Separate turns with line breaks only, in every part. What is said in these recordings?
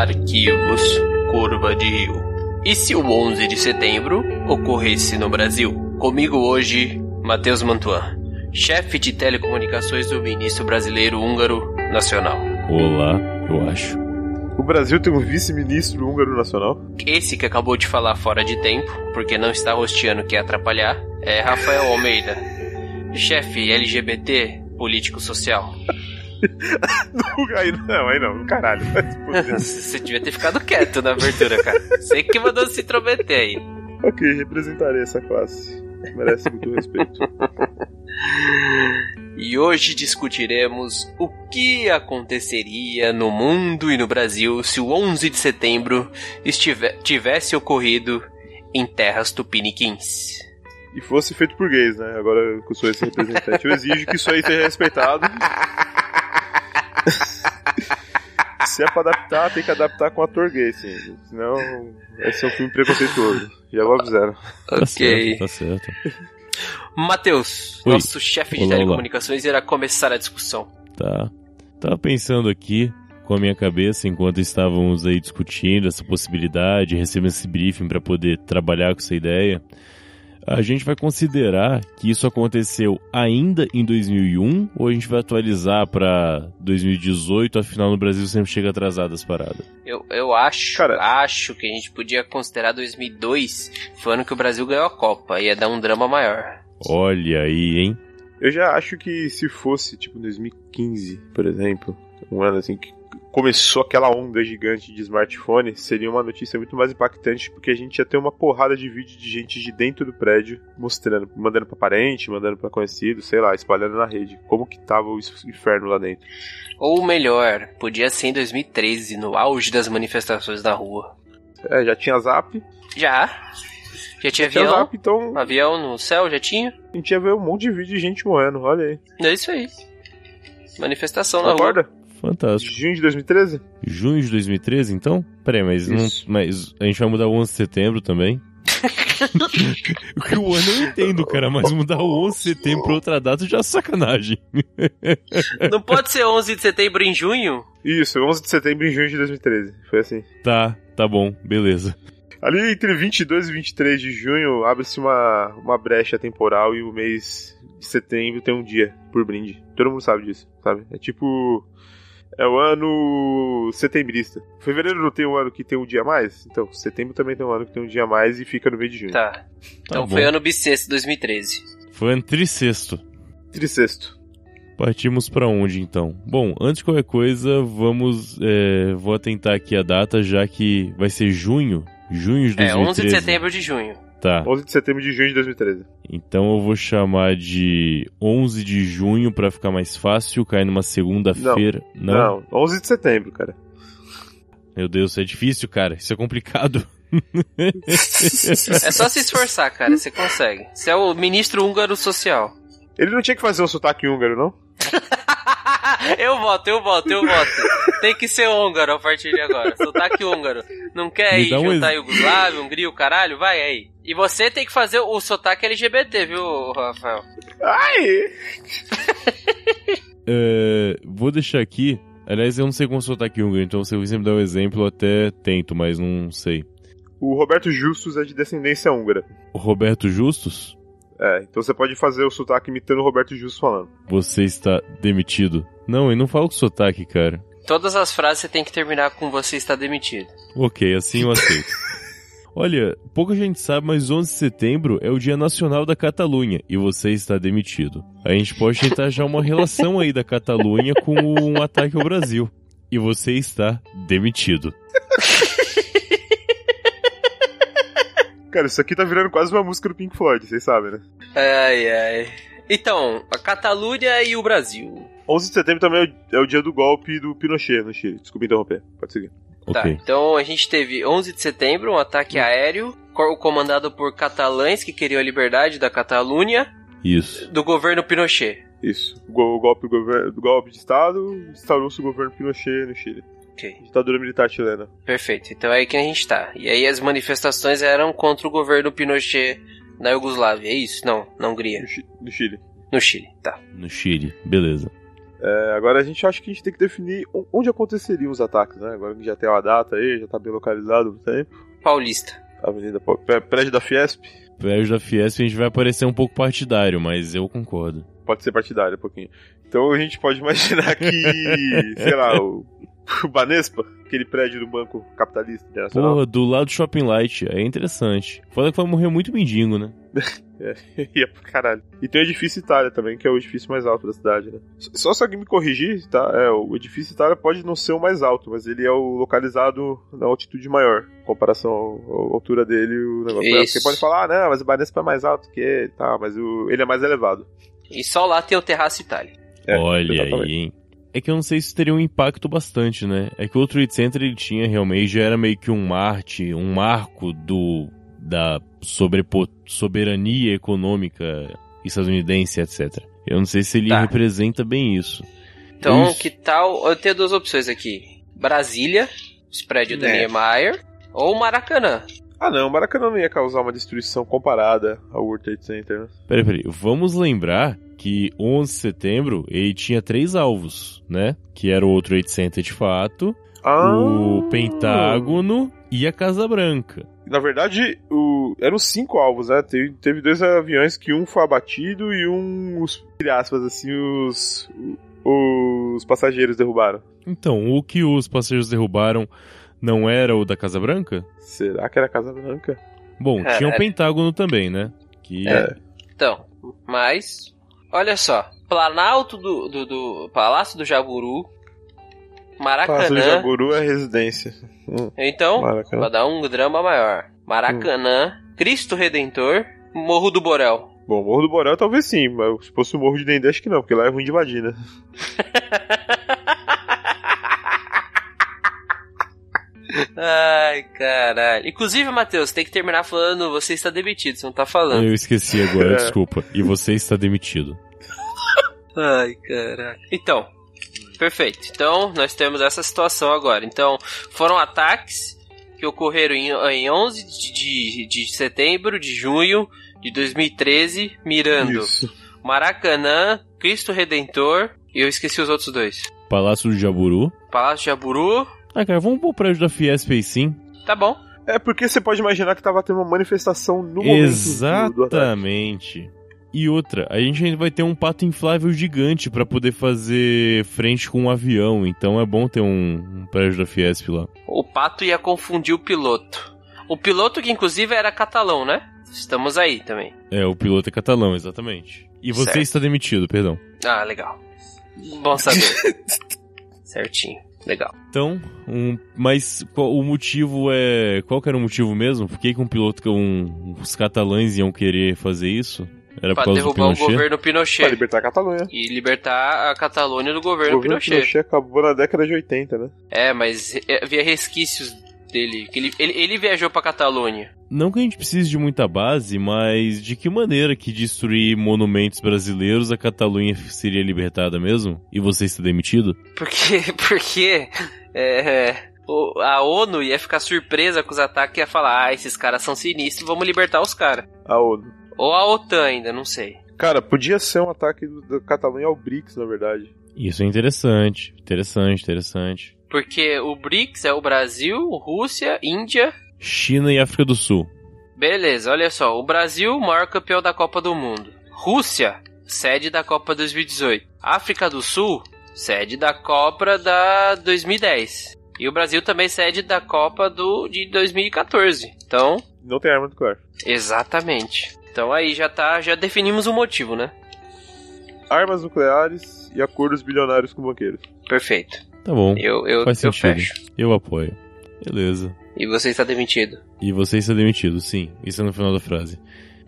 arquivos, curva de rio. E se o 11 de setembro ocorresse no Brasil? Comigo hoje, Matheus Mantuan, chefe de telecomunicações do ministro brasileiro húngaro nacional.
Olá, eu acho.
O Brasil tem um vice-ministro húngaro nacional?
Esse que acabou de falar fora de tempo, porque não está rosteando quer atrapalhar, é Rafael Almeida, chefe LGBT político social.
não, aí não, aí não, caralho.
Você devia ter ficado quieto na abertura, cara. Você que mandou se intrometer aí.
Ok, representarei essa classe. Merece muito respeito.
E hoje discutiremos o que aconteceria no mundo e no Brasil se o 11 de setembro estive- tivesse ocorrido em terras tupiniquins.
E fosse feito por gays, né? Agora que eu sou esse representante, eu exijo que isso aí seja respeitado. Se é pra adaptar, tem que adaptar com ator gay, sim. Senão, esse é um filme preconceituoso. Já vou avisar.
Tá
ok.
certo, tá certo.
Matheus,
Oi.
nosso chefe de
Olá, olá.
telecomunicações, irá começar a discussão.
Tá. Tava pensando aqui com a minha cabeça enquanto estávamos aí discutindo essa possibilidade, recebendo esse briefing para poder trabalhar com essa ideia. A gente vai considerar que isso aconteceu ainda em 2001 ou a gente vai atualizar para 2018? Afinal, no Brasil sempre chega atrasado as paradas.
Eu, eu acho,
Cara.
acho que a gente podia considerar 2002, foi o ano que o Brasil ganhou a Copa, ia dar um drama maior.
Olha aí, hein?
Eu já acho que se fosse, tipo, 2015, por exemplo, um ano assim que começou aquela onda gigante de smartphone, seria uma notícia muito mais impactante, porque a gente ia ter uma porrada de vídeo de gente de dentro do prédio mostrando, mandando pra parente, mandando pra conhecido, sei lá, espalhando na rede, como que tava o es- inferno lá dentro.
Ou melhor, podia ser em 2013, no auge das manifestações na rua.
É, já tinha zap,
Já. Já tinha
tinha
avião.
zap, então
Um Avião no céu, já tinha?
a gente ia ver um monte de vídeo de gente morrendo, olha aí.
É isso aí. Manifestação na rua.
Acorda?
Fantástico.
Junho de 2013?
Junho de 2013, então? Peraí, mas, não,
Isso.
mas a gente vai mudar o 11 de setembro também? Porque o ano eu entendo, cara, mas mudar o 11 de setembro pra outra data já é sacanagem.
Não pode ser 11 de setembro em junho?
Isso, 11 de setembro em junho de 2013. Foi assim.
Tá, tá bom, beleza.
Ali entre 22 e 23 de junho abre-se uma, uma brecha temporal e o mês de setembro tem um dia por brinde. Todo mundo sabe disso, sabe? É tipo. É o ano setembrista. Fevereiro não tem um ano que tem um dia a mais? Então, setembro também tem um ano que tem um dia a mais e fica no mês de junho.
Tá. Então
bom.
foi ano bissexto 2013.
Foi ano trissexto.
Trisexto.
Partimos pra onde então? Bom, antes de qualquer coisa, vamos. é, vou atentar aqui a data, já que vai ser junho. Junho de 2013.
É, 11 de setembro de junho.
Tá.
11 de setembro de junho de 2013.
Então eu vou chamar de 11 de junho pra ficar mais fácil, cair numa segunda-feira.
Não. 11 de setembro, cara.
Meu Deus, isso é difícil, cara. Isso é complicado.
É só se esforçar, cara, você consegue. Você é o ministro húngaro social.
Ele não tinha que fazer um sotaque húngaro, não?
eu voto, eu voto, eu voto. Tem que ser húngaro a partir de agora. Sotaque húngaro. Não quer
Me
ir
dá um
juntar
ex-
Yugoslávia, Hungria, o caralho? Vai aí. E você tem que fazer o sotaque LGBT, viu, Rafael?
Ai!
É, vou deixar aqui. Aliás, eu não sei como soltar aqui húngaro, então se você me dar um exemplo, eu até tento, mas não sei.
O Roberto Justus é de descendência húngara.
O Roberto Justus,
É, então você pode fazer o sotaque imitando o Roberto Justus falando.
você está demitido. Não, eu não falo com sotaque, cara.
Todas as frases você tem que terminar com você está demitido.
Ok, assim eu aceito. Olha, pouca gente sabe, mas 11 de setembro é o Dia Nacional da Catalunha e você está demitido. A gente pode tentar já uma relação aí da Catalunha com um ataque ao Brasil. E você está demitido.
Cara, isso aqui tá virando quase uma música do Pink Floyd, vocês sabem, né?
Ai, ai. Então, a Catalunha e o Brasil.
11 de setembro também é o- é o dia do golpe do Pinochet no Chile. Desculpa interromper, pode seguir.
Tá,
Ok.
então a gente teve 11 de setembro um ataque aéreo co- comandado por catalães que queriam a liberdade da Catalunha
Isso.
do governo Pinochet.
Isso. O go- o golpe, do gover- do golpe de Estado instaurou-se o governo Pinochet no Chile.
Ok.
Ditadura militar chilena.
Perfeito, então é aí que a gente tá. E aí as manifestações eram contra o governo Pinochet na Iugoslávia, é isso? Não, na Hungria.
No, Chi- no Chile.
No Chile, tá.
No Chile, beleza.
É, agora a gente acha que a gente tem que definir on- onde aconteceriam os ataques, né? Agora que já tem uma data aí, já tá bem localizado, não sei.
Paulista.
Avenida Pau- Pé- Prédio da Fiesp.
Prédio da Fiesp a gente vai parecer um pouco partidário, mas eu concordo.
Pode ser partidário um pouquinho. Então a gente pode imaginar que, sei lá, o, o Banespa, aquele prédio do Banco Capitalista Internacional,
Porra, do lado do Shopping Light, é interessante. Foda que vai morrer muito mendigo, né?
ia pra caralho. E tem o Edifício Itália também, que é o edifício mais alto da cidade, né? S- Só se alguém me corrigir, tá? É, o Edifício Itália pode não ser o mais alto, mas ele é o localizado na altitude maior, em comparação ao- à altura dele, o negócio.
Isso.
Porque pode falar, ah, não, mas o Banespa é mais alto que ele, tá, mas o, ele é mais elevado.
E só lá tem o Terraço Itália.
É,
Olha
exatamente.
aí, hein? É que eu não sei se isso teria um impacto bastante, né? É que o outro Trade Center ele tinha realmente, já era meio que um marte, um marco do da sobrepo- soberania econômica estadunidense, etc. Eu não sei se ele
Tá.
representa bem isso.
Então,
Isso.
que tal? Eu tenho duas opções aqui: Brasília, os prédios do
É.
Niemeyer, ou Maracanã.
Ah, não, o Maracanã não ia causar uma destruição comparada ao World Trade Center, né?
Peraí, peraí, vamos lembrar que 11 de setembro ele tinha três alvos, né? Que era o outro Trade Center de fato,
Ah.
o Pentágono e a Casa Branca.
Na verdade, o- eram cinco alvos, né? Teve, teve dois aviões que um foi abatido e um, os, entre aspas, assim, os, os passageiros derrubaram.
Então, o que os passageiros derrubaram não era o da Casa Branca?
Será que era a Casa Branca?
Bom,
Cara,
tinha o
é-
Pentágono também, né? Que
É.
Então, mas. Olha só: Planalto do, do, do- Palácio do Jaburu,
Palácio do
Maracanã.
Jaguru é residência.
Então,
Maracanã.
pra dar um drama maior: Maracanã, Cristo Redentor, Morro do Borel.
Bom, Morro do Borel talvez sim, mas se fosse o Morro de Dendê, acho que não, porque lá é ruim de invadir, né?
Ai, caralho. Inclusive, Matheus, tem que terminar falando, você está demitido, você não tá falando.
eu esqueci agora,
É.
desculpa. E você está demitido.
Ai, caralho. Então, perfeito. Então, nós temos essa situação agora. Então, foram ataques que ocorreram em, em 11 de, de, de setembro, de junho de 2013, mirando
Isso.
Maracanã, Cristo Redentor, e eu esqueci os outros dois.
Palácio do Jaburu.
Palácio de Aburu,
Ah, cara, vamos pro prédio da Fiesp aí sim.
tá bom.
É porque você pode imaginar que tava tendo uma manifestação no momento do- do ataque.
Exatamente. E outra, a gente ainda vai ter um pato inflável gigante pra poder fazer frente com um avião. Então é bom ter um, um prédio da Fiesp lá.
O pato ia confundir o piloto. O piloto que inclusive era catalão, né? Estamos aí também.
É, o piloto é catalão, exatamente. E você
Certo.
está demitido, perdão.
Ah, legal. Bom saber. Certinho. Legal.
Então, um, mas qual- o motivo é. Qual que era o motivo mesmo? Por que, que um piloto, um, os catalães iam querer fazer isso? Era é por
Pra
causa do
derrubar o
Pinochet?
governo
Pra
Pinochet.
libertar a Catalunha.
E libertar a Catalunha do
O
governo,
governo
Pinochet.
Pinochet acabou na década de 80, né?
É, mas é, havia resquícios dele. que Ele, ele, ele viajou pra Catalunha.
Não que a gente precise de muita base, mas de que maneira que destruir monumentos brasileiros a Catalunha seria libertada mesmo? E você está demitido?
Porque. Porque. é, o- a ONU ia ficar surpresa com os ataques e ia falar: ah, esses caras são sinistros, vamos libertar os caras.
A ONU.
Ou a OTAN ainda, não sei.
Cara, podia ser um ataque do- da Catalunha ao BRICS, na verdade.
Isso é interessante, interessante, interessante.
Porque o BRICS é o Brasil, Rússia, Índia.
China e África do Sul.
Beleza, olha só. O Brasil, maior campeão da Copa do Mundo. Rússia, sede da Copa 2018. África do Sul, sede da Copa da 2010. E o Brasil também sede da Copa do de 2014. Então,
Não tem arma nuclear.
exatamente. Então aí já tá, já definimos o motivo, né?
Armas nucleares e acordos bilionários com banqueiros.
Perfeito.
Tá bom,
Eu eu,
Faz
eu
sentido.
fecho.
eu apoio. Beleza.
E você está demitido.
E você está demitido, sim. Isso é no final da frase.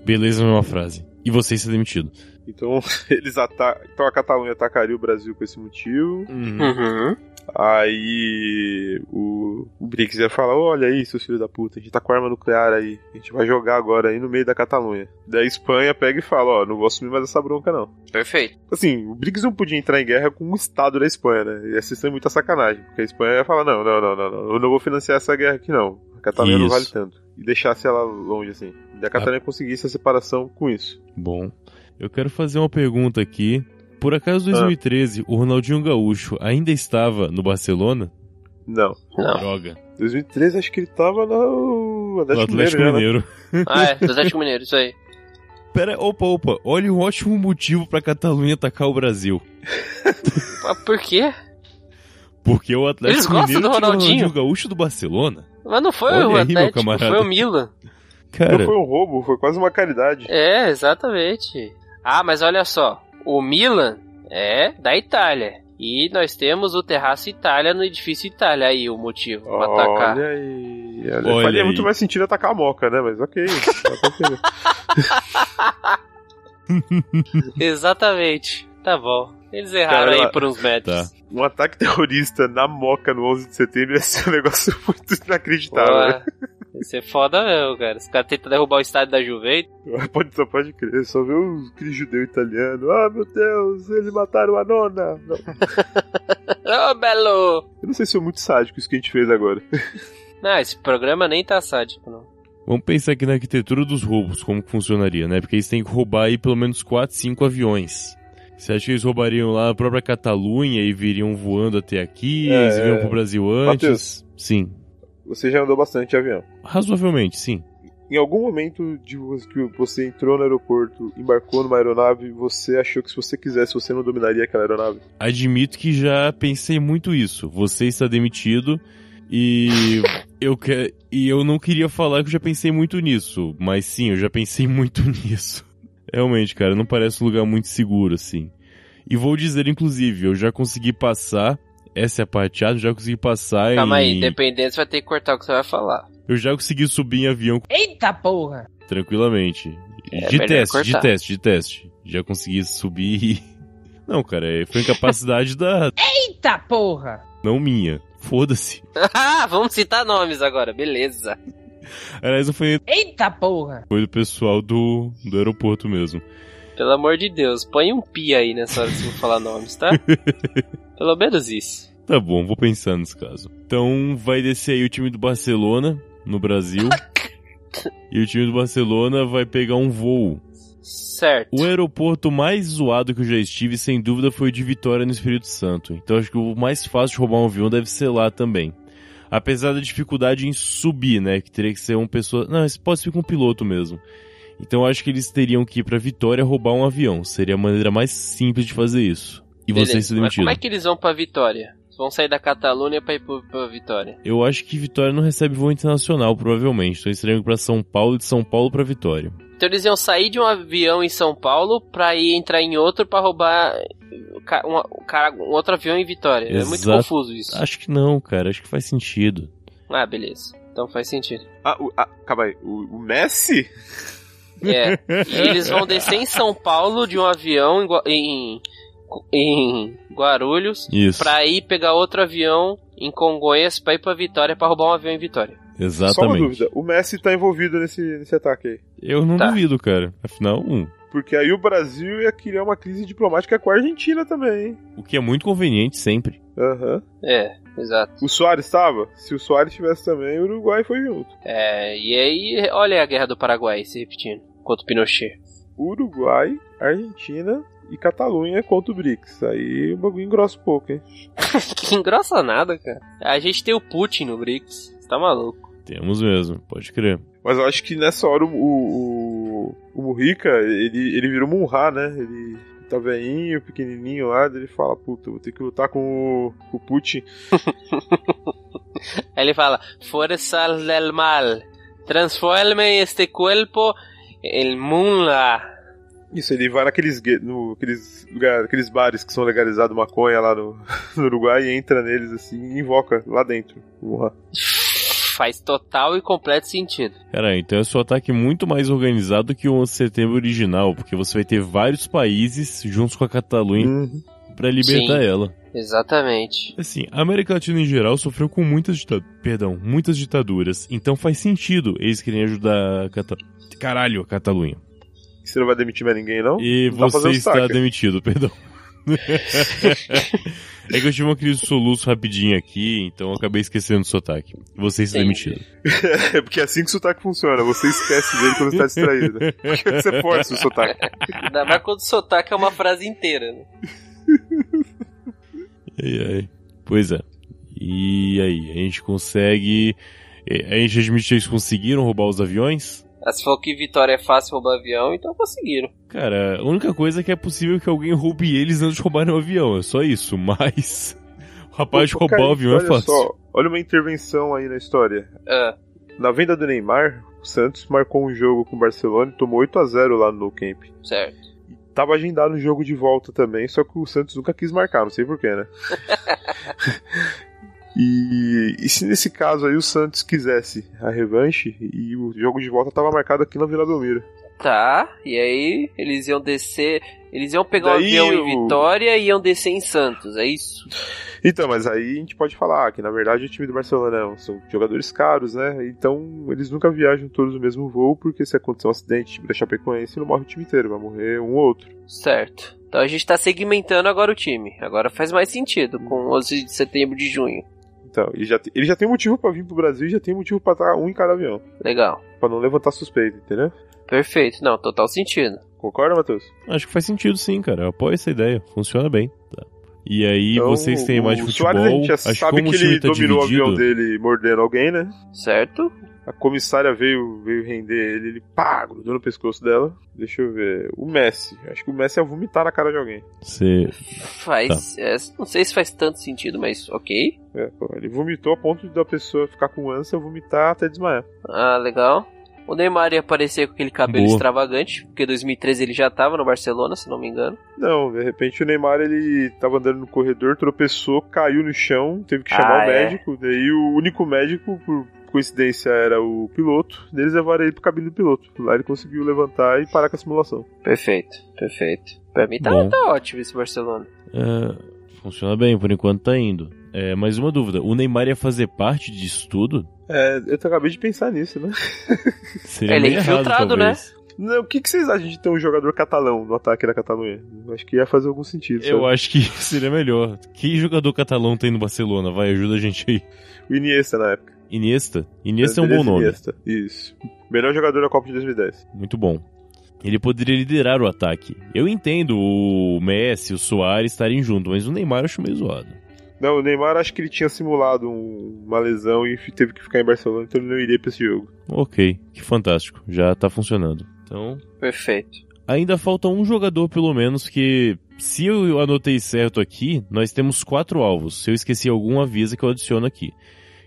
Beleza não é uma frase. E você está demitido.
Então, eles ata então a Catalunha atacaria o Brasil com esse motivo.
Hum.
Uhum.
Aí o, o BRICS ia falar: Olha aí, seus filhos da puta, a gente tá com arma nuclear aí. A gente vai jogar agora aí no meio da Catalunha. Daí a Espanha pega e fala: Ó, não vou assumir mais essa bronca não.
Perfeito.
Assim, o BRICS não podia entrar em guerra com o Estado da Espanha, né? Ia ser muita sacanagem, porque a Espanha ia falar, não, não, não, não, não, eu não vou financiar essa guerra aqui, não. A Catalunha não
Isso.
vale tanto. E deixasse ela longe, assim. E a Catalunha conseguisse a separação com isso.
Bom, eu quero fazer uma pergunta aqui por
Ah.
acaso 2013 o Ronaldinho Gaúcho ainda estava no Barcelona?
Não.
Não.
Droga.
2013 acho que ele tava no
Do
Atlético,
Atlético
Mineiro, já, né?
Mineiro.
Ah, é, do Atlético Mineiro, isso aí.
Pera, opa, opa. Olha um ótimo motivo pra Catalunha atacar o Brasil.
Mas por quê?
Porque o Atlético
Eles gostam do
Mineiro tinha o
Ronaldinho.
Ronaldinho Gaúcho do Barcelona.
Mas não foi o
Olha aí, meu
Atlético,
camarada.
foi o Milan.
Cara,
Não foi um roubo, foi quase uma caridade.
É, exatamente. Ah, mas olha só, o Milan é da Itália. E nós temos o Terraço Itália no edifício Itália aí, o motivo pra atacar.
Olha aí. Olha,
Olha
faria
aí.
muito mais sentido atacar a moca, né? Mas ok. dá pra entender.
Exatamente. Tá bom. Eles erraram
Cara,
aí
ela-
por uns metros.
um ataque terrorista na moca no 11 de setembro ia ser um negócio muito inacreditável. né?
Tá, Isso é foda mesmo, cara. Os caras tentam derrubar o estádio da Juventus.
Pode, só pode crer, só ver o- aquele judeu italiano. Ah, meu Deus, eles mataram a nona. Não,
Ô, Belo!
eu não sei se foi muito sádico isso que a gente fez agora.
Não, esse programa nem tá sádico, não.
vamos pensar aqui na arquitetura dos roubos, como que funcionaria, né? Porque eles têm que roubar aí pelo menos 4, 5 aviões. Você acha que eles roubariam lá a própria Catalunha e viriam voando até aqui?
É,
eles viriam
é.
pro Brasil antes?
Matheus.
Sim.
Você já andou bastante de avião.
Razoavelmente, sim.
Em algum momento de vo- que você entrou no aeroporto, embarcou numa aeronave, você achou que se você quisesse, você não dominaria aquela aeronave?
Admito que já pensei muito isso. Você está demitido e eu que... e eu não queria falar que eu já pensei muito nisso, mas sim, eu já pensei muito nisso. Realmente, cara, não parece um lugar muito seguro assim. E vou dizer inclusive, eu já consegui passar essa é a parte chata, eu já consegui passar
Calma aí,
em...
independente, você vai ter que cortar o que você vai falar.
Eu já consegui subir em avião
Eita porra!
tranquilamente.
É,
de
melhor
teste, de
cortar.
teste, de teste. Já consegui subir e... Não, cara, é- foi incapacidade da...
Eita porra!
Não minha. Foda-se.
Ah, vamos citar nomes agora, beleza.
Aliás, não foi,
Eita porra!
foi do pessoal do, do aeroporto mesmo.
Pelo amor de Deus, põe um pi aí nessa hora que você for falar nomes, tá? Pelo menos isso.
Tá bom, vou pensar nesse caso. Então vai descer aí o time do Barcelona no Brasil. e o time do Barcelona vai pegar um voo.
Certo.
O aeroporto mais zoado que eu já estive, sem dúvida, foi o de Vitória no Espírito Santo. Então acho que o mais fácil de roubar um avião deve ser lá também. Apesar da dificuldade em subir, né? Que teria que ser uma pessoa. Não, isso pode ser com um piloto mesmo. Então acho que eles teriam que ir pra Vitória roubar um avião. Seria a maneira mais simples de fazer isso. E
Beleza,
vocês se
Mas
demitiram.
como é que eles vão pra Vitória? Eles vão sair da Catalunha pra ir pro- pra Vitória.
Eu acho que Vitória não recebe voo internacional, provavelmente. Então eles teriam que ir pra São Paulo e de São Paulo pra Vitória.
Então eles iam sair de um avião em São Paulo pra ir entrar em outro pra roubar ca- um, ca- um outro avião em Vitória. É muito
Exato.
confuso isso.
Acho que não, cara. Acho que faz sentido.
Ah, beleza. Então faz sentido.
Ah, o, ah calma aí, o, o Messi?
É. E eles vão descer em São Paulo de um avião em, Gua- em, em Guarulhos
Isso.
pra ir pegar outro avião em Congonhas pra ir pra Vitória pra roubar um avião em Vitória.
Exatamente.
Só uma dúvida, o Messi tá envolvido nesse, nesse ataque aí.
Eu não
Tá.
duvido, cara. Afinal, um,
Porque aí o Brasil ia criar uma crise diplomática com a Argentina também, hein?
o que é muito conveniente sempre.
Aham.
É, exato.
O Soares estava? Se o Soares tivesse também, o Uruguai foi junto.
É, e aí, olha a guerra do Paraguai se repetindo contra o Pinochet.
Uruguai, Argentina e Catalunha contra o BRICS. Aí o bagulho engrossa um pouco, hein?
que engrossa nada, cara. A gente tem o Putin no BRICS, você tá maluco.
Temos mesmo, pode crer.
Mas eu acho que nessa hora o, o, o, o Murica, ele, ele virou Munra, né? Ele tá veinho, pequenininho lá, daí ele fala, puta, eu vou ter que lutar com o, com o Putin.
Aí ele fala, Força del mal, transforme este cuerpo en mula.
Isso, ele vai naqueles gue- no, aqueles, lugar, aqueles bares que são legalizados maconha lá no, no Uruguai e entra neles assim e invoca lá dentro. Munra.
Faz total e completo sentido.
Cara, então é seu ataque muito mais organizado que o 11 de setembro original, porque você vai ter vários países juntos com a Catalunha
Uhum.
pra libertar
Sim.
ela.
Exatamente.
Assim, a América Latina em geral sofreu com muitas dita... perdão, muitas ditaduras, então faz sentido eles querem ajudar a Cata... Caralho, a Catalunha.
Você não vai demitir mais ninguém, não?
E
Dá pra fazer
você
um
está
saque.
demitido, perdão. É que eu tive uma crise de soluço rapidinho aqui, então eu acabei esquecendo o sotaque. Você está
Entendi.
demitido.
É porque é assim que o sotaque funciona. Você esquece dele quando está distraído. né? Porque você força o sotaque.
Ainda mais quando o sotaque é uma frase inteira. né?
Ai, ai. Pois é. E aí, a gente consegue. eh, A gente admite que eles conseguiram roubar os aviões?
Ah, Se for que vitória é fácil roubar avião, então conseguiram.
Cara, a única coisa é que é possível que alguém roube eles antes de roubarem o avião, é só isso, mas. O rapaz de
Pô,
roubar
cara,
o avião é
olha
fácil.
só, olha uma intervenção aí na história.
Ah,
Na venda do Neymar, o Santos marcou um jogo com o Barcelona e tomou 8 a 0 lá no Nou Camp.
certo.
Tava agendado um jogo de volta também, só que o Santos nunca quis marcar, não sei porquê, né? e, e se nesse caso aí o Santos quisesse a revanche e o jogo de volta tava marcado aqui na Vila Belmiro.
Tá, e aí eles iam descer. Eles iam pegar
Daí
o avião em
o-
Vitória e iam descer em Santos, é isso?
Então, mas aí a gente pode falar que na verdade o time do Barcelona são jogadores caros, né? Então eles nunca viajam todos no mesmo voo, porque se acontecer um acidente tipo, da Chapecoense, não morre o time inteiro, vai morrer um ou outro.
Certo. Então a gente tá segmentando agora o time. Agora faz mais sentido com 11 de setembro de junho.
Então, ele já, te- ele já tem motivo pra vir pro Brasil e já tem motivo pra estar um em cada avião,
Legal.
Pra não levantar suspeita, entendeu?
Perfeito. Não, total sentido.
Concorda, Matheus?
Acho que faz sentido sim, cara. Eu apoio essa ideia. Funciona bem. Tá. E aí,
Então,
vocês têm mais de
o
futebol.
Suárez, a gente já
acho que
sabe
como
que
o time
ele
tá
dominou
dividido,
o avião dele mordendo alguém, né?
Certo?
A comissária veio, veio render ele, ele pá, grudou no pescoço dela. Deixa eu ver. O Messi. Acho que o Messi ia vomitar na cara de alguém.
Você... Tá.
Faz. é, não sei se faz tanto sentido, mas ok.
É, pô, ele vomitou a ponto da pessoa ficar com ânsia, vomitar até desmaiar.
Ah, legal. O Neymar ia aparecer com aquele cabelo
Boa.
extravagante, porque em 2013 ele já tava no Barcelona, se não me engano.
Não, de repente o Neymar ele tava andando no corredor, tropeçou, caiu no chão, teve que chamar
Ah,
o
é?
médico. Daí o único médico, por coincidência, era o piloto. Daí Eles levaram ele pro cabine do piloto. Lá ele conseguiu levantar e parar com a simulação.
Perfeito, perfeito. Pra mim tá,
Bom.
tá ótimo esse Barcelona.
é, funciona bem, por enquanto tá indo. É, mais uma dúvida. O Neymar ia fazer parte disso tudo?
É, eu t- acabei de pensar nisso, né?
Seria
Ele é
meio errado,
infiltrado, né?
talvez.
Não, o que, que vocês acham de ter um jogador catalão no ataque da Catalunha? Acho que ia fazer algum sentido.
Eu
sabe?
acho que seria melhor. Que jogador catalão tem no Barcelona? Vai, ajuda a gente aí.
O Iniesta na época.
Iniesta? Iniesta é um bom nome.
Iniesta, Isso. Melhor jogador da Copa de 2010.
Muito bom. Ele poderia liderar o ataque. Eu entendo o Messi, o Soares estarem junto, mas o Neymar eu acho meio zoado.
Não, o Neymar acho que ele tinha simulado um- uma lesão e fi- teve que ficar em Barcelona, então ele não iria pra esse jogo.
Ok, que fantástico. Já tá funcionando. Então,
Perfeito.
ainda falta um jogador pelo menos que, se eu anotei certo aqui, nós temos quatro alvos. Se eu esqueci algum, avisa que eu adiciono aqui.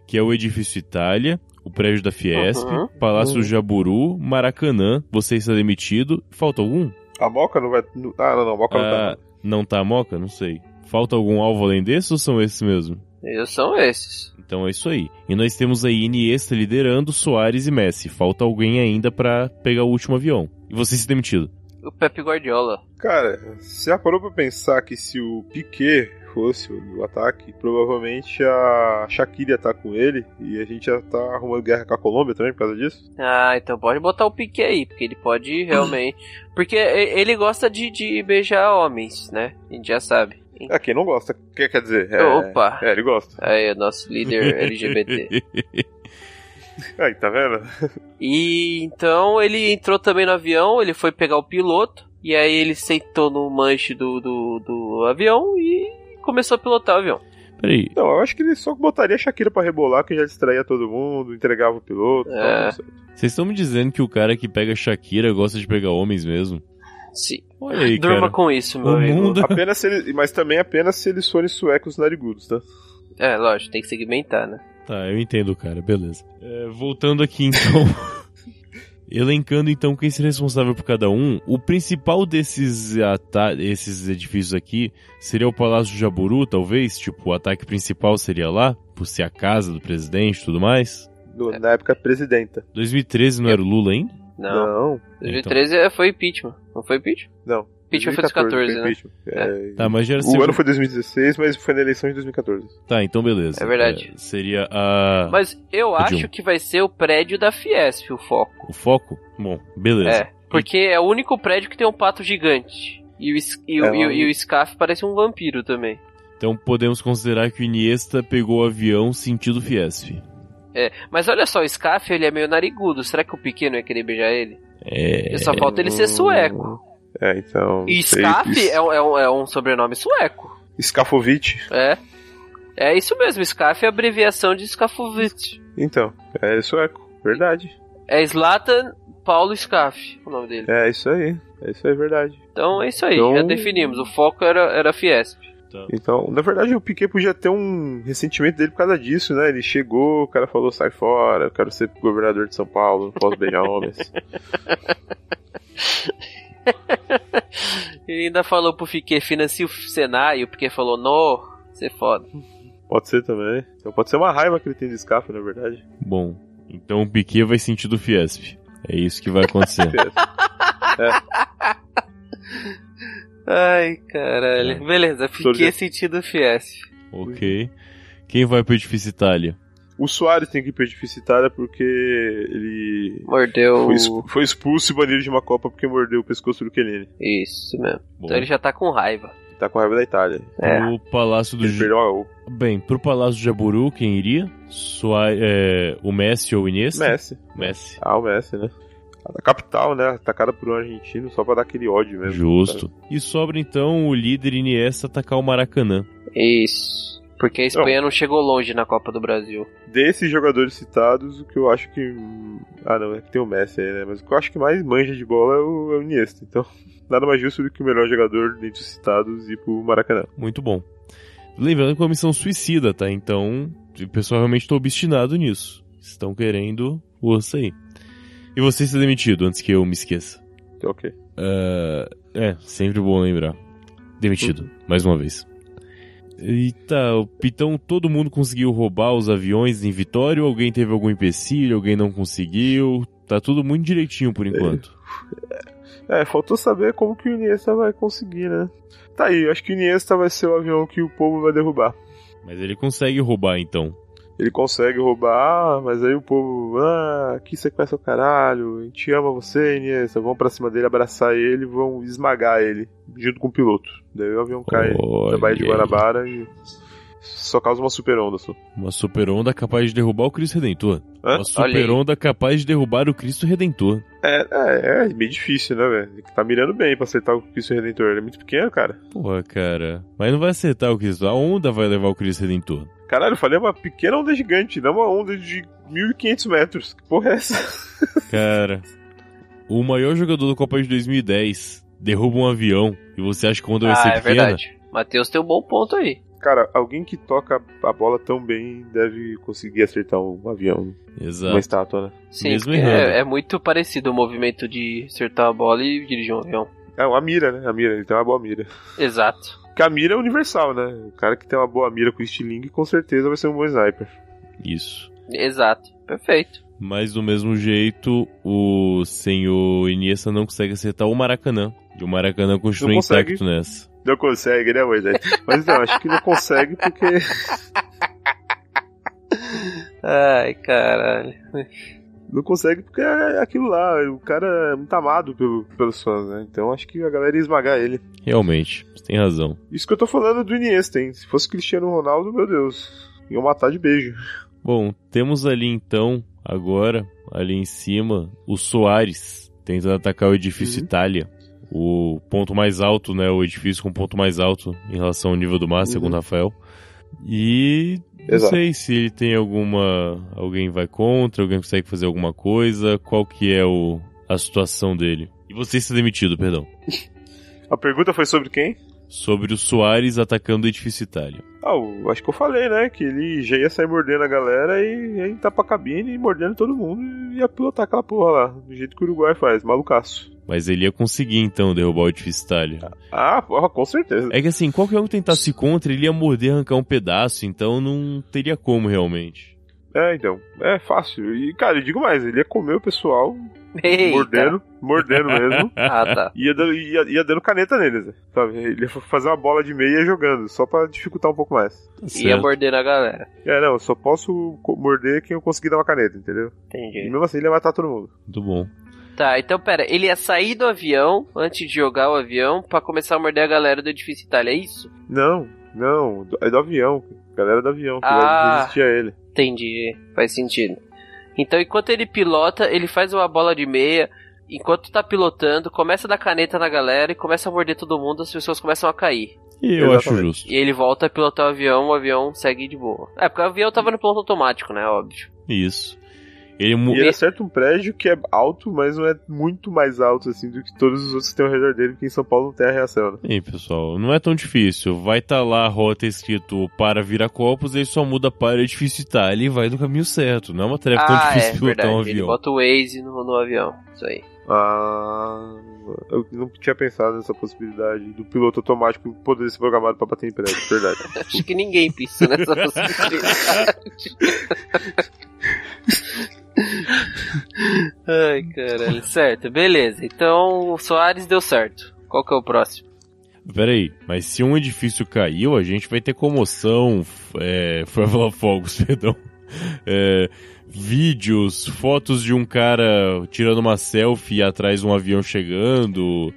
Que é o Edifício Itália, o Prédio da Fiesp,
Uhum.
Palácio
Uhum.
Jaburu, Maracanã, Você Está Demitido. Falta algum?
A Moca não vai. não- ah, não, não, a Moca não
Ah,
tá.
não tá a Moca? Não sei. Falta algum alvo além desse ou são esses mesmo?
Eles são esses.
Então é isso aí. E nós temos aí Iniesta liderando, Soares e Messi. Falta alguém ainda pra pegar o último avião. E você se demitido.
O Pepe Guardiola.
Cara, você já parou pra pensar que se o Piquet fosse o o ataque, provavelmente a Shakira ia estar com ele e a gente já tá arrumando guerra com a Colômbia também por causa disso?
Ah, então pode botar o Piquet aí, porque ele pode realmente. Porque e- ele gosta de, de beijar homens, né? A gente já sabe.
Ah, quem não gosta, quer, quer dizer. É,
Opa!
É, ele gosta.
Aí, o nosso líder LGBT.
Aí, tá vendo?
E então ele entrou também no avião, ele foi pegar o piloto, e aí ele sentou no manche do, do, do avião e começou a pilotar o avião.
Peraí,
Não, eu acho que ele só botaria a Shakira pra rebolar, que já distraía todo mundo, entregava o piloto.
É.
tal, não sei.
vocês estão me dizendo que o cara que pega Shakira gosta de pegar homens mesmo?
Sim.
Olha aí,
Durma
cara.
com isso, meu
O
amigo.
mundo-
apenas se ele- mas também apenas se eles forem suecos narigudos, tá?
É, lógico, tem que segmentar, né?
Tá, eu entendo, cara. Beleza. É, voltando aqui, então. Elencando, então, quem seria responsável por cada um. O principal desses ata esses edifícios aqui seria o Palácio de Jaburu, talvez? Tipo, o ataque principal seria lá, por ser a casa do presidente e tudo mais.
No-
É.
na época presidenta.
2013 não era o Lula ainda?
Não.
não.
2013 é- foi impeachment. Não foi impeachment?
Não.
Impeachment foi dos 14, né?
foi impeachment. É,
Tá, mas já era
O
seu-
ano foi 2016, mas foi na eleição de 2014.
Tá, então beleza.
É verdade.
É, seria a...
Mas eu
Foi de
acho
um.
que vai ser o prédio da Fiesp o foco.
o foco? Bom, beleza.
É. Porque é o único prédio que tem um pato gigante. E o, S- e o,
É,
e o- e o
um-
Scaf parece um vampiro também.
Então podemos considerar que o Iniesta pegou o avião sentido Fiesp.
É, mas olha só, o Scaf ele é meio narigudo. Será que o pequeno ia querer beijar ele?
É,
Só falta ele ser sueco.
É, então.
E Scaf é, um- é um- é um sobrenome sueco.
Scafovic.
É. É isso mesmo, Scaf é abreviação de Scafovitch.
Então, é sueco. Verdade.
É Zlatan Paulo Scaf, o nome dele.
É isso aí. É isso aí, verdade.
Então é isso aí,
Então-
já definimos. O foco era, era a Fiesp.
Então, na verdade, o Piquet podia ter um ressentimento dele por causa disso, né? Ele chegou, o cara falou: sai fora, eu quero ser governador de São Paulo, não posso beijar homens.
Ele ainda falou pro Piquet, financia o Senai, o Piquet falou, no, você é foda.
Pode ser também. Então pode ser uma raiva que ele tem de escape, na verdade.
Bom, então o Piquet vai sentido Fiesp. É isso que vai acontecer.
Ai, caralho. Beleza,
Sobre-
Piquet sentido Fiesp.
ok. Quem vai pro edifício Itália?
O Soares tem que ir pra deficitária porque ele
Mordeu...
foi, ex- foi expulso e banido de uma Copa porque mordeu o pescoço do Kenene.
Isso mesmo.
Bom,
Então ele já tá com raiva.
Tá com raiva da Itália.
É.
pro Palácio do
Ele
Ju...
perdeu a- o
Bem, pro Palácio do Jaburu, quem iria? Sua... é, o Messi ou o Iniesta?
Messi.
Messi.
Ah, o Messi, né? A da capital, né? Atacada por um argentino só pra dar aquele ódio mesmo.
Justo. E sobra então o líder Iniesta atacar o Maracanã.
Isso. Porque a Espanha não. chegou longe na Copa do Brasil.
Desses jogadores citados, o que eu acho que. hum, Ah, não, é que tem o Messi aí, né? Mas o que eu acho que mais manja de bola é o, é o Iniesta. Então, nada mais justo do que o melhor jogador dentre os citados ir pro Maracanã.
Muito bom. Lembrando que é uma missão suicida, tá? Então, o pessoal realmente tá obstinado nisso. Estão querendo o osso aí. E você ser demitido, antes que eu me esqueça.
Então, ok.
Ah, é, sempre bom lembrar. Demitido, mais uma vez. Eita, o- então todo mundo conseguiu roubar os aviões em Vitória? ou Alguém teve algum empecilho? Alguém não conseguiu? Tá tudo muito direitinho por enquanto.
É, faltou saber como que o Iniesta vai conseguir, né? Tá aí, eu acho que o Iniesta vai ser o avião que o povo vai derrubar.
Mas ele consegue roubar então.
Ele consegue roubar, mas aí o povo, ah, que sequência o caralho, a gente ama você, Iniesta. Vão pra cima dele abraçar ele, vão esmagar ele, junto com o piloto. Daí o avião cai na
Olha
Baía de
aí.
Guarabara e só causa uma super onda só.
Uma super onda capaz de derrubar o Cristo Redentor.
Hã?
Uma
Olha
super
aí.
onda capaz de derrubar o Cristo Redentor.
É, é, é meio difícil, né, velho? Tem que Tá mirando bem pra acertar o Cristo Redentor, ele é muito pequeno, cara.
Porra, cara. Mas não vai acertar o Cristo. A onda vai levar o Cristo Redentor.
Caralho, eu falei é uma pequena onda gigante, não uma onda de 1500 metros. Que porra é essa?
Cara. o maior jogador da Copa de 2010 derruba um avião. E você acha que a onda vai
ah,
ser
é
pequena?
verdade. Matheus tem um bom ponto aí.
Cara, alguém que toca a bola tão bem deve conseguir acertar um avião, uma
Exato.
estátua, né?
Sim,
Mesmo
porque
errando.
é, é muito parecido o movimento de acertar a bola e dirigir um avião.
É, uma mira, né? A mira, ele tem uma boa mira.
Exato.
Porque a mira é universal, né? O cara que tem uma boa mira com estilingue com certeza vai ser um bom sniper.
Isso.
Exato. Perfeito.
Mas do mesmo jeito, o senhor Iniesta não consegue acertar o Maracanã. E o Maracanã continua
Não consegue.
intacto nessa.
Não consegue, né, Moisés? Mas não, acho que não consegue porque.
Ai, caralho.
Não consegue porque é aquilo lá, o cara é muito amado pelo, pelos fãs, né? Então acho que a galera ia esmagar ele.
Realmente, você tem razão.
Isso que eu tô falando do Iniesta, hein? Se fosse Cristiano Ronaldo, meu Deus, iam matar de beijo.
Bom, temos ali então, agora, ali em cima, o Soares tentando atacar o edifício
Uhum.
Itália. O ponto mais alto, né? O edifício com ponto mais alto em relação ao nível do mar, segundo Rafael. E não
Uhum. Exato.
sei se ele tem alguma. Alguém vai contra, alguém consegue fazer alguma coisa, qual que é o... a situação dele. E você ser demitido, perdão.
A pergunta foi sobre quem?
Sobre o Soares atacando o edifício Itália.
Ah, eu acho que eu falei, né? Que ele já ia sair mordendo a galera e aí tá pra cabine e mordendo todo mundo e ia pilotar aquela porra lá, do jeito que o Uruguai faz, malucaço.
Mas ele ia conseguir então derrubar o edifício Itália.
Ah, porra, com certeza.
É que assim, qualquer um que tentasse contra, ele ia morder e arrancar um pedaço, então não teria como realmente.
É, então, é fácil. E, cara, eu digo mais, ele ia comer o pessoal,
Eita.
mordendo, mordendo mesmo.
Ah, tá.
Ia dando, ia, ia dando caneta neles, né? sabe? Ele ia fa- fazer uma bola de meia jogando, só pra dificultar um pouco mais.
Ia mordendo a galera.
É, não, eu só posso co- morder quem eu conseguir dar uma caneta, entendeu? E
Entendi.
mesmo assim ele ia matar todo mundo.
Muito bom.
Tá, então pera, ele ia sair do avião antes de jogar o avião pra começar a morder a galera do edifício Itália, é isso?
Não, não, do- é do avião. Galera do avião, que
Ah.
vai resistir a ele.
Entendi, faz sentido. Então enquanto ele pilota, ele faz uma bola de meia, enquanto tá pilotando, começa a dar caneta na galera e começa a morder todo mundo, as pessoas começam a cair.
E eu acho
Exatamente.
justo.
E ele volta a pilotar o avião, o avião segue de boa. É, porque o avião tava no piloto automático, né, óbvio.
Isso. Ele mu-
E ele acerta um prédio que é alto, mas não é muito mais alto assim do que todos os outros que tem ao redor dele, porque em São Paulo não tem a reação, né?
Ei, pessoal, não é tão difícil. Vai estar lá a rota é escrito para Viracopos, ele só muda é para Edifício Itália e tá. vai no caminho certo. Não é uma tarefa tão
ah,
difícil
é,
pilotar
verdade.
um
Ele
avião.
bota o Waze no, no avião, isso aí.
Ah. Eu não tinha pensado nessa possibilidade do piloto automático poder ser programado pra bater em prédio, verdade.
Acho que ninguém pensa nessa possibilidade. Ai, caralho. Certo, beleza. Então o Soares deu certo. Qual que é o próximo?
Pera aí, mas se um edifício caiu, a gente vai ter comoção. f- É, foi falar fogos, perdão. É, vídeos, fotos de um cara tirando uma selfie atrás de um avião chegando.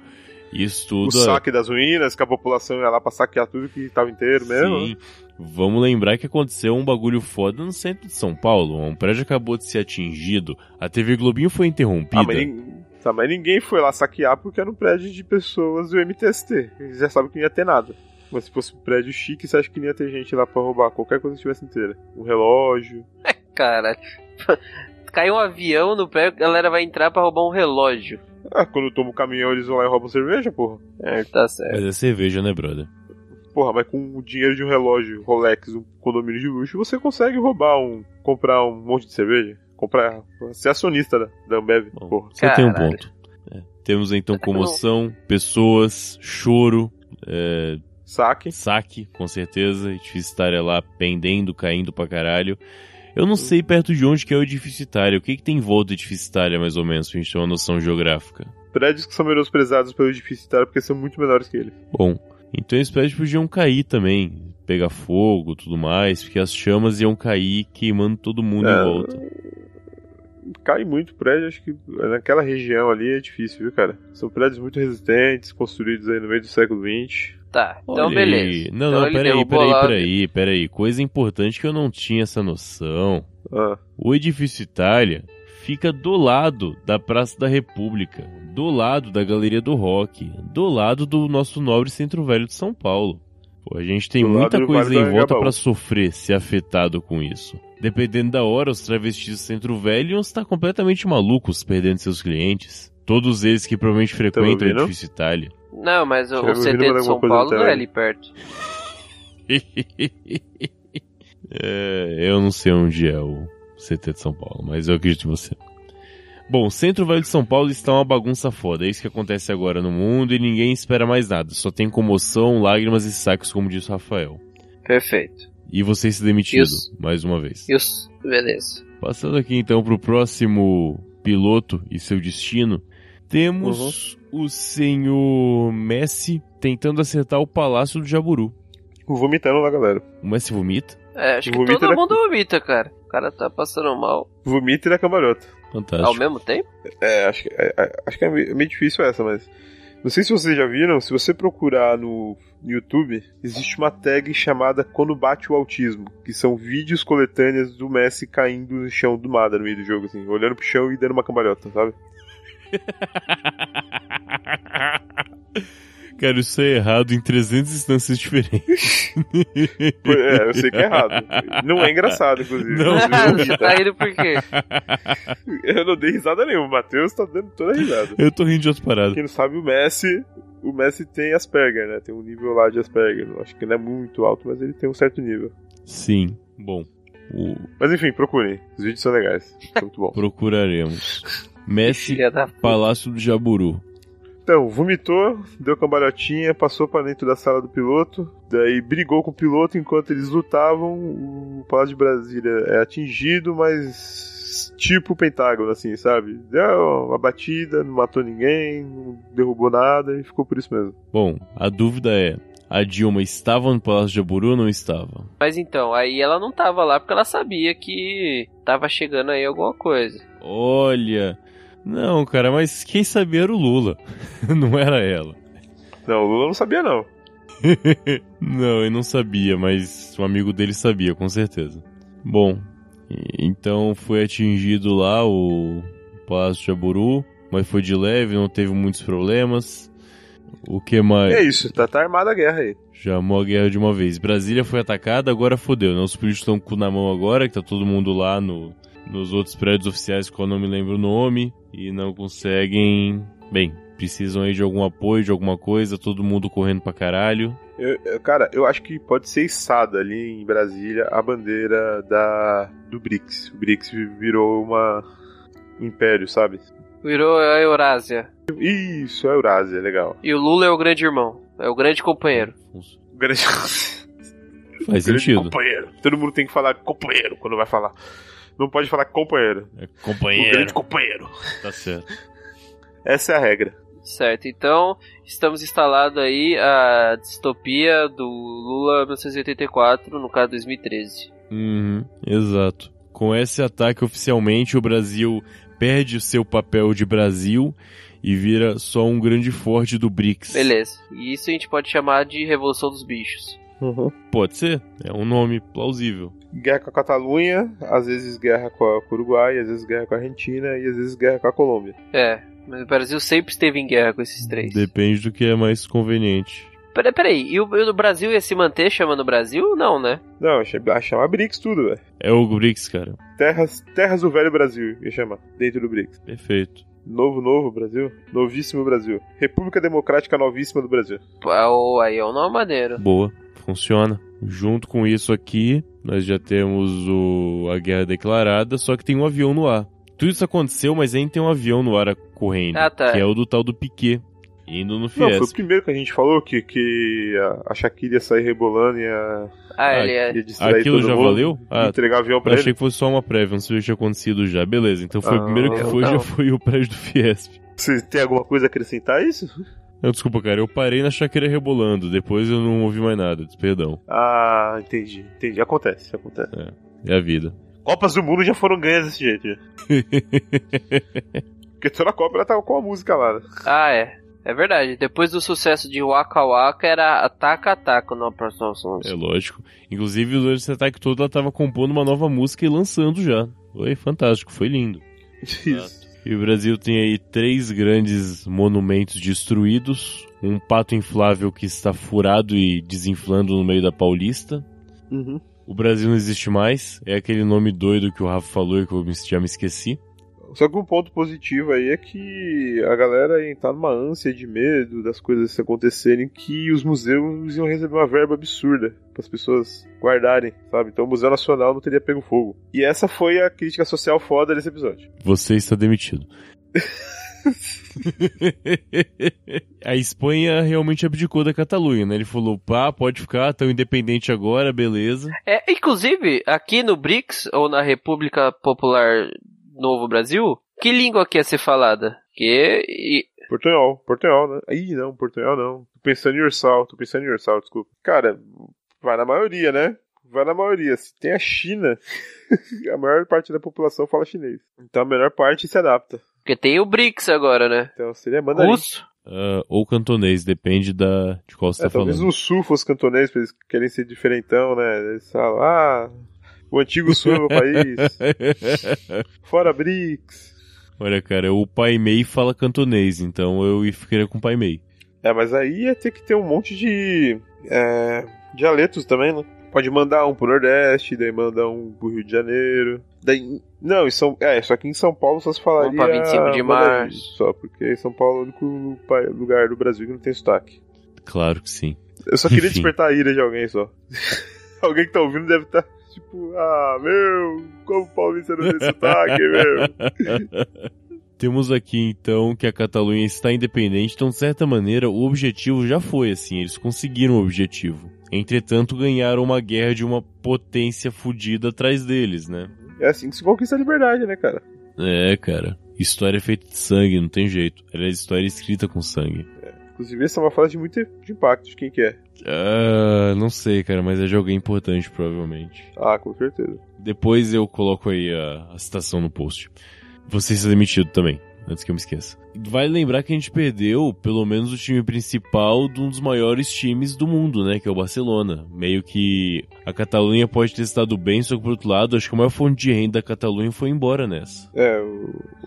Isso tudo. é.
o saque das ruínas, que a população ia lá pra saquear tudo que tava inteiro mesmo. né?
Sim. Vamos lembrar que aconteceu um bagulho foda no centro de São Paulo. Um prédio acabou de ser atingido. A TV Globinho foi interrompida.
Ah, mas, nin- tá, mas ninguém foi lá saquear porque era um prédio de pessoas do MTST. Eles já sabem que não ia ter nada. Mas se fosse um prédio chique, você acha que não ia ter gente lá pra roubar qualquer coisa que estivesse inteira? Um relógio.
Caralho. Caiu um avião no pé, a galera vai entrar pra roubar um relógio.
Ah, quando toma o caminhão eles vão lá e roubam cerveja, porra.
É, tá certo.
Mas é cerveja, né, brother?
Porra, mas com o dinheiro de um relógio Rolex, um condomínio de luxo, você consegue roubar um. comprar um monte de cerveja? Comprar. ser acionista da, da Ambev,
Bom,
porra.
Você tem um
Caralho.
ponto. É. Temos então comoção, pessoas, choro, é,
Saque.
saque, com certeza. Edifício Itália lá pendendo, caindo pra caralho. Eu não sei perto de onde que é o edifício Itália. O que, que tem em volta do edifício Itália, mais ou menos, pra gente ter uma noção geográfica?
Prédios que são menosprezados pelo edifício Itália porque são muito menores que ele.
Bom, então esses prédios podiam cair também, pegar fogo tudo mais, porque as chamas iam cair queimando todo mundo
É.
em volta.
Cai muito prédio, acho que naquela região ali é difícil, viu, cara? São prédios muito resistentes, construídos aí no meio do século XX.
Tá, então
Olha
beleza.
aí. Não,
então
não,
ele
peraí,
derrubou
peraí,
lá-
peraí, peraí. Coisa importante que eu não tinha essa noção.
Ah,
O edifício Itália fica do lado da Praça da República, do lado da Galeria do Rock, do lado do nosso nobre Centro Velho de São Paulo. Pô, a gente tem
Do lado
muita
do
coisa
Vale do
em volta
Anhangabaú.
pra sofrer, ser afetado com isso. Dependendo da hora, os travestis do Centro Velho iam estar completamente malucos perdendo seus clientes. Todos eles que provavelmente frequentam o
Tá ouvindo?
edifício Itália.
Não, mas o,
Thiago
o CD
Vila
de
mandou
São
alguma coisa
Paulo
no
não é
telão.
ali perto.
É, eu não sei onde é o CT de São Paulo, mas eu acredito em você. Bom, o Centro Velho de São Paulo está uma bagunça foda. É isso que acontece agora no mundo e ninguém espera mais nada. Só tem comoção, lágrimas e sacos, como diz o Rafael.
Perfeito.
E você ser demitido,
Isso.
mais uma vez.
E os... Beleza.
Passando aqui então para o próximo piloto e seu destino, temos o senhor Messi tentando acertar o Palácio do Jaburu.
vomitando lá, galera.
O Messi vomita?
É, acho que
Vomita
todo
na-
mundo vomita, cara. O cara tá passando mal
Vomita e na cambalhota.
Fantástico.
ao mesmo tempo?
É, acho que é, é, acho que é meio meio difícil essa, mas. Não sei se vocês já viram, se você procurar no YouTube, existe uma tag chamada Quando Bate o Autismo, que são vídeos coletâneas do Messi caindo no chão do nada no meio do jogo, assim, olhando pro chão e dando uma cambalhota, sabe?
Cara, isso é errado em 300 instâncias diferentes.
Pô, É, eu sei que é errado. Não é engraçado, inclusive.
Não.
Eu não,
Você tá
ri, tá?
indo por quê?
Eu não dei risada nenhuma, o Matheus tá dando toda risada.
Eu tô rindo de outra parada.
Quem não sabe, o Messi. O Messi tem Asperger, né? Tem um nível lá de Asperger. Eu Acho que não é muito alto, mas ele tem um certo nível.
Sim. Bom, o-
Mas enfim, procurem. Os vídeos são legais. São muito bom.
procuraremos. Messi,
Filha da
Palácio do Jaburu.
Então, vomitou, deu cambalhotinha, passou pra dentro da sala do piloto, daí brigou com o piloto enquanto eles lutavam. O Palácio de Brasília é atingido, mas tipo o Pentágono, assim, sabe? Deu uma batida, não matou ninguém, não derrubou nada e ficou por isso mesmo.
Bom, a dúvida é: a Dilma estava no Palácio do Jaburu ou não estava?
Mas então, aí ela não tava lá porque ela sabia que tava chegando aí alguma coisa.
Olha, Não, cara, mas quem sabia era o Lula. Não era ela.
Não, o Lula não sabia, não.
Não, eu não sabia, mas o amigo dele sabia, com certeza. Bom, e- então foi atingido lá o Palácio de Jaburu, mas foi de leve, não teve muitos problemas. O que mais?
É isso, tá, tá armada a guerra aí.
Chamou a guerra de uma vez. Brasília foi atacada, agora fodeu, né? Os políticos estão com o cu na mão agora, que tá todo mundo lá no, nos outros prédios oficiais, que eu não me lembro o nome, e não conseguem. Bem, precisam aí de algum apoio, de alguma coisa, todo mundo correndo pra caralho.
Eu- eu- cara, eu acho que pode ser içada ali em Brasília a bandeira da do BRICS. O BRICS virou uma um império, sabe?
Virou a Eurásia.
Isso, é a Eurásia, legal.
E o Lula é o grande irmão. É o grande companheiro.
O Grande,
Faz
grande
sentido.
companheiro. Todo mundo tem que falar companheiro quando vai falar. Não pode falar companheiro.
É
O grande
companheiro.
companheiro.
Tá certo.
Essa é a regra.
Certo, então estamos instalado aí a distopia do Lula 1984, no caso 2013.
Uhum, exato. Com esse ataque, oficialmente, o Brasil perde o seu papel de Brasil e vira só um grande forte do BRICS.
Beleza. E isso a gente pode chamar de Revolução dos Bichos.
Pode ser? É um nome plausível.
Guerra com a Catalunha, às vezes guerra com, a, com o Uruguai, às vezes guerra com a Argentina e às vezes guerra com a Colômbia.
É, mas o Brasil sempre esteve em guerra com esses três.
Depende do que é mais conveniente.
Peraí, peraí, e o, e o do Brasil ia se manter chamando Brasil? Não, né?
Não, ia chamar BRICS tudo, velho.
É o BRICS, cara.
Terras, terras do velho Brasil, ia chamar, dentro do BRICS.
Perfeito.
Novo, novo Brasil? Novíssimo Brasil. República Democrática Novíssima do Brasil.
Pô, aí é um nome maneiro.
Boa. Funciona. Junto com isso aqui, nós já temos o... a guerra declarada, só que tem um avião no ar. Tudo isso aconteceu, mas ainda tem um avião no ar correndo.
Ah, tá.
Que é o do tal do Piquet. Indo no
Não, foi o
Fiesp.
primeiro que a gente falou que, que a, a Shakira ia sair rebolando e ia,
Ah,
Ah,
ele é.
ia distrair
Aquilo
todo
já
mundo,
valeu? Ah,
entregar avião
Eu
pra
achei
ele.
que fosse só uma prévia, não sei o que tinha acontecido já. Beleza, então foi
Ah,
o primeiro que
eu
foi,
não.
já foi o prédio do Fiesp.
Você tem alguma coisa a acrescentar a isso?
Não, desculpa, cara, eu parei na chaqueira rebolando, depois eu não ouvi mais nada, perdão.
Ah, entendi, entendi. Acontece, acontece.
É a vida.
Copas do Mundo já foram ganhas desse jeito. já. Porque toda Copa ela tava com a música lá. né?
Ah, é. É verdade. Depois do sucesso de Waka Waka, era Ataca Ataca no próximo som.
É lógico. Inclusive, durante esse ataque todo, ela tava compondo uma nova música e lançando já. Foi fantástico, foi lindo.
Isso.
E o Brasil tem aí três grandes monumentos destruídos: um pato inflável que está furado e desinflando no meio da Paulista.
Uhum.
O Brasil não existe mais, é aquele nome doido que o Rafa falou e que eu me- já me esqueci.
Só que um ponto positivo aí é que a galera hein, tá numa ânsia de medo das coisas acontecerem que os museus iam receber uma verba absurda para as pessoas guardarem, sabe? Então o Museu Nacional não teria pego fogo. E essa foi a crítica social foda desse episódio.
Você está demitido. a Espanha realmente abdicou da Catalunha, né? Ele falou: pá, pode ficar, tão independente agora, beleza.
É, inclusive, aqui no BRICS, ou na República Popular Novo Brasil, que língua que ia ser falada? Que. e-
Portunhol, Portunhol, né? Ih, não, Portunhol não. Tô pensando em Ursal, tô pensando em Ursal, desculpa. Cara, vai na maioria, né? Vai na maioria. Se tem a China, a maior parte da população fala chinês. Então a melhor parte se adapta.
Porque tem o BRICS agora, né?
Então seria mandarim.
Russo.
Ah, ou cantonês, depende da, de qual você
É,
está
talvez
tá falando.
no sul fosse cantonês, porque eles querem ser diferentão, né? Eles falam, ah, o antigo sul é meu país, fora BRICS.
Olha, cara, o Pai Mei fala cantonês, então eu ficaria com o Pai Mei.
É, mas aí ia ter que ter um monte de é, dialetos também, né? Pode mandar um pro Nordeste, daí manda um pro Rio de Janeiro. Daí, não, em São, é, só que em São Paulo só se falaria...
Um pra 25 de
mandarim,
março.
Só, porque São Paulo é o único pa- lugar do Brasil que não tem sotaque.
Claro que sim.
Eu só queria
Enfim.
despertar a ira de alguém só. alguém que tá ouvindo deve estar tipo, ah, meu, como o paulista não tem sotaque, meu.
Temos aqui então que a Catalunha está independente, então de certa maneira o objetivo já foi assim, eles conseguiram o objetivo. Entretanto, ganharam uma guerra de uma potência fudida atrás deles, né?
É assim que se conquista a liberdade, né, cara?
É, cara. História é feita de sangue, não tem jeito. Ela é história escrita com sangue.
Inclusive, essa é uma frase de muito de impacto de quem que é.
Ah, não sei, cara, mas é de alguém importante, provavelmente.
Ah, com certeza.
Depois eu coloco aí a, a citação no post. Você está demitido também. antes que eu me esqueça. Vai lembrar que a gente perdeu, pelo menos, o time principal de um dos maiores times do mundo, né? Que é o Barcelona. Meio que a Catalunha pode ter estado bem, só que por outro lado, acho que a maior fonte de renda da Catalunha foi embora nessa.
É,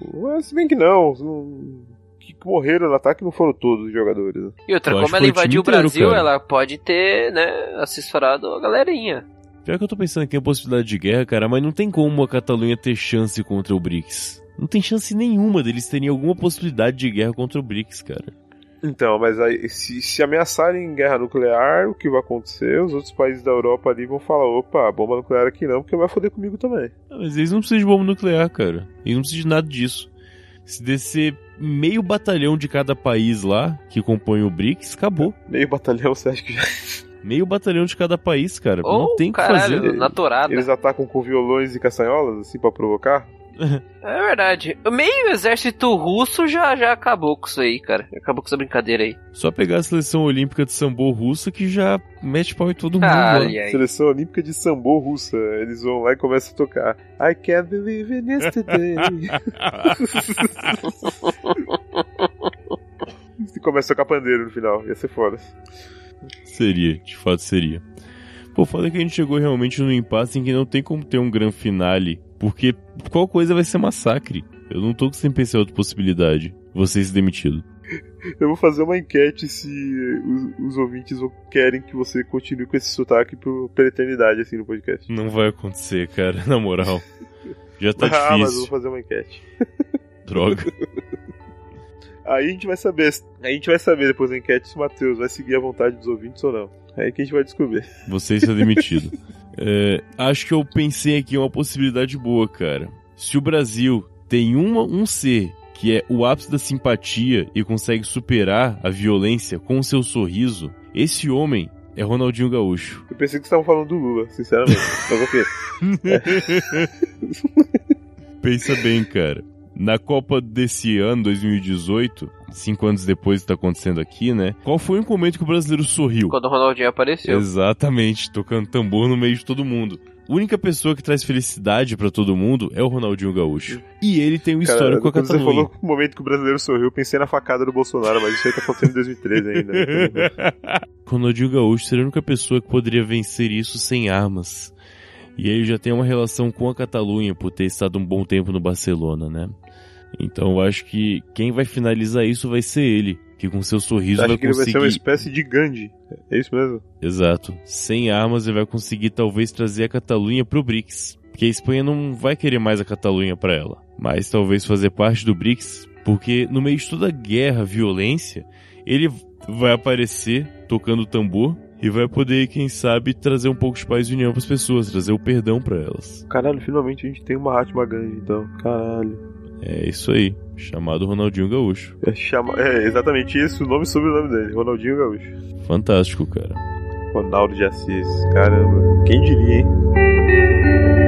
o- o- se bem que não. os não- que morreram no ataque não foram todos os jogadores. né?
E outra,
Eu
como
acho que
ela
foi o time
invadiu o
inteiro,
Brasil,
cara.
ela pode ter, né, assessorado a galerinha.
Pior que eu tô pensando aqui em possibilidade de guerra, cara, mas não tem como a Catalunha ter chance contra o BRICS. Não tem chance nenhuma deles terem alguma possibilidade de guerra contra o BRICS, cara.
Então, mas aí, se, se ameaçarem guerra nuclear, o que vai acontecer? Os outros países da Europa ali vão falar: opa, bomba nuclear aqui não, porque vai foder comigo também.
Ah, Mas eles não precisam de bomba nuclear, cara. Eles não precisam de nada disso. Se descer meio batalhão de cada país lá, que compõe o BRICS, acabou.
Meio batalhão, você acha que já.
Meio batalhão de cada país, cara.
Ou,
não tem o que
Oh, caralho,
fazer.
na torada.
Eles atacam tá com violões e caçanholas, assim, pra provocar?
É verdade. O meio exército russo já, já acabou com isso aí, cara. Já Acabou com essa brincadeira aí.
Só pegar a seleção olímpica de sambo russa que já mete pau em todo mundo.
Ah,
lá.
olha aí.
Seleção Olímpica de Sambô Russa. Eles vão lá e começam a tocar. I can't believe in yesterday. e começa a tocar pandeiro no final. Ia ser foda.
Seria, de fato seria. Pô, foda que a gente chegou realmente num impasse em que não tem como ter um gran finale, porque qual coisa vai ser massacre. Eu não tô sem pensar em outra possibilidade. Você ser demitido.
Eu vou fazer uma enquete se os, os ouvintes vão- querem que você continue com esse sotaque pro, pela eternidade, assim, no podcast.
Não vai acontecer, cara, na moral. Já tá
ah, mas eu vou
difícil.
fazer uma enquete.
Droga.
Aí a gente vai saber. Aí a gente vai saber depois da enquete se o Matheus vai seguir a vontade dos ouvintes ou não. Aí que a gente vai descobrir.
Você ser demitido. É, acho que eu pensei aqui uma possibilidade boa, cara. Se o Brasil tem uma, um ser que é o ápice da simpatia e consegue superar a violência com o seu sorriso, esse homem é Ronaldinho Gaúcho.
Eu pensei que vocês estavam falando do Lula, sinceramente. Mas ok.
Pensa bem, cara. Na Copa desse ano, 2018, cinco anos depois do que tá acontecendo aqui, né? Qual foi o momento que o brasileiro sorriu?
Quando o Ronaldinho apareceu.
Exatamente, tocando tambor no meio de todo mundo. A única pessoa que traz felicidade pra todo mundo é o Ronaldinho Gaúcho. E ele tem uma história com a
quando você
é Catalunha.
falou o momento que o brasileiro sorriu, eu pensei na facada do Bolsonaro, mas isso aí tá acontecendo em 2013 ainda. né?
Ronaldinho Gaúcho seria a única pessoa que poderia vencer isso sem armas. E ele já tem uma relação com a Catalunha por ter estado um bom tempo no Barcelona, né? Então eu acho que quem vai finalizar isso vai ser ele, que com seu sorriso
Acho
vai
que ele vai
conseguir.
ser um uma espécie de Gandhi. É isso mesmo?
Exato. Sem armas ele vai conseguir talvez trazer a Catalunha pro BRICS. Porque a Espanha não vai querer mais a Catalunha pra ela. Mas talvez fazer parte do BRICS, porque no meio de toda guerra, violência, ele vai aparecer tocando tambor e vai poder, quem sabe, trazer um pouco de paz e união pras pessoas, trazer o perdão pra elas.
Caralho, finalmente a gente tem uma Hatma Gandhi, então. Caralho.
É isso aí, chamado Ronaldinho Gaúcho.
É, chama... é exatamente esse o nome e sobrenome dele, Ronaldinho Gaúcho.
Fantástico, cara.
Ronaldo de Assis. Caramba. Quem diria, hein?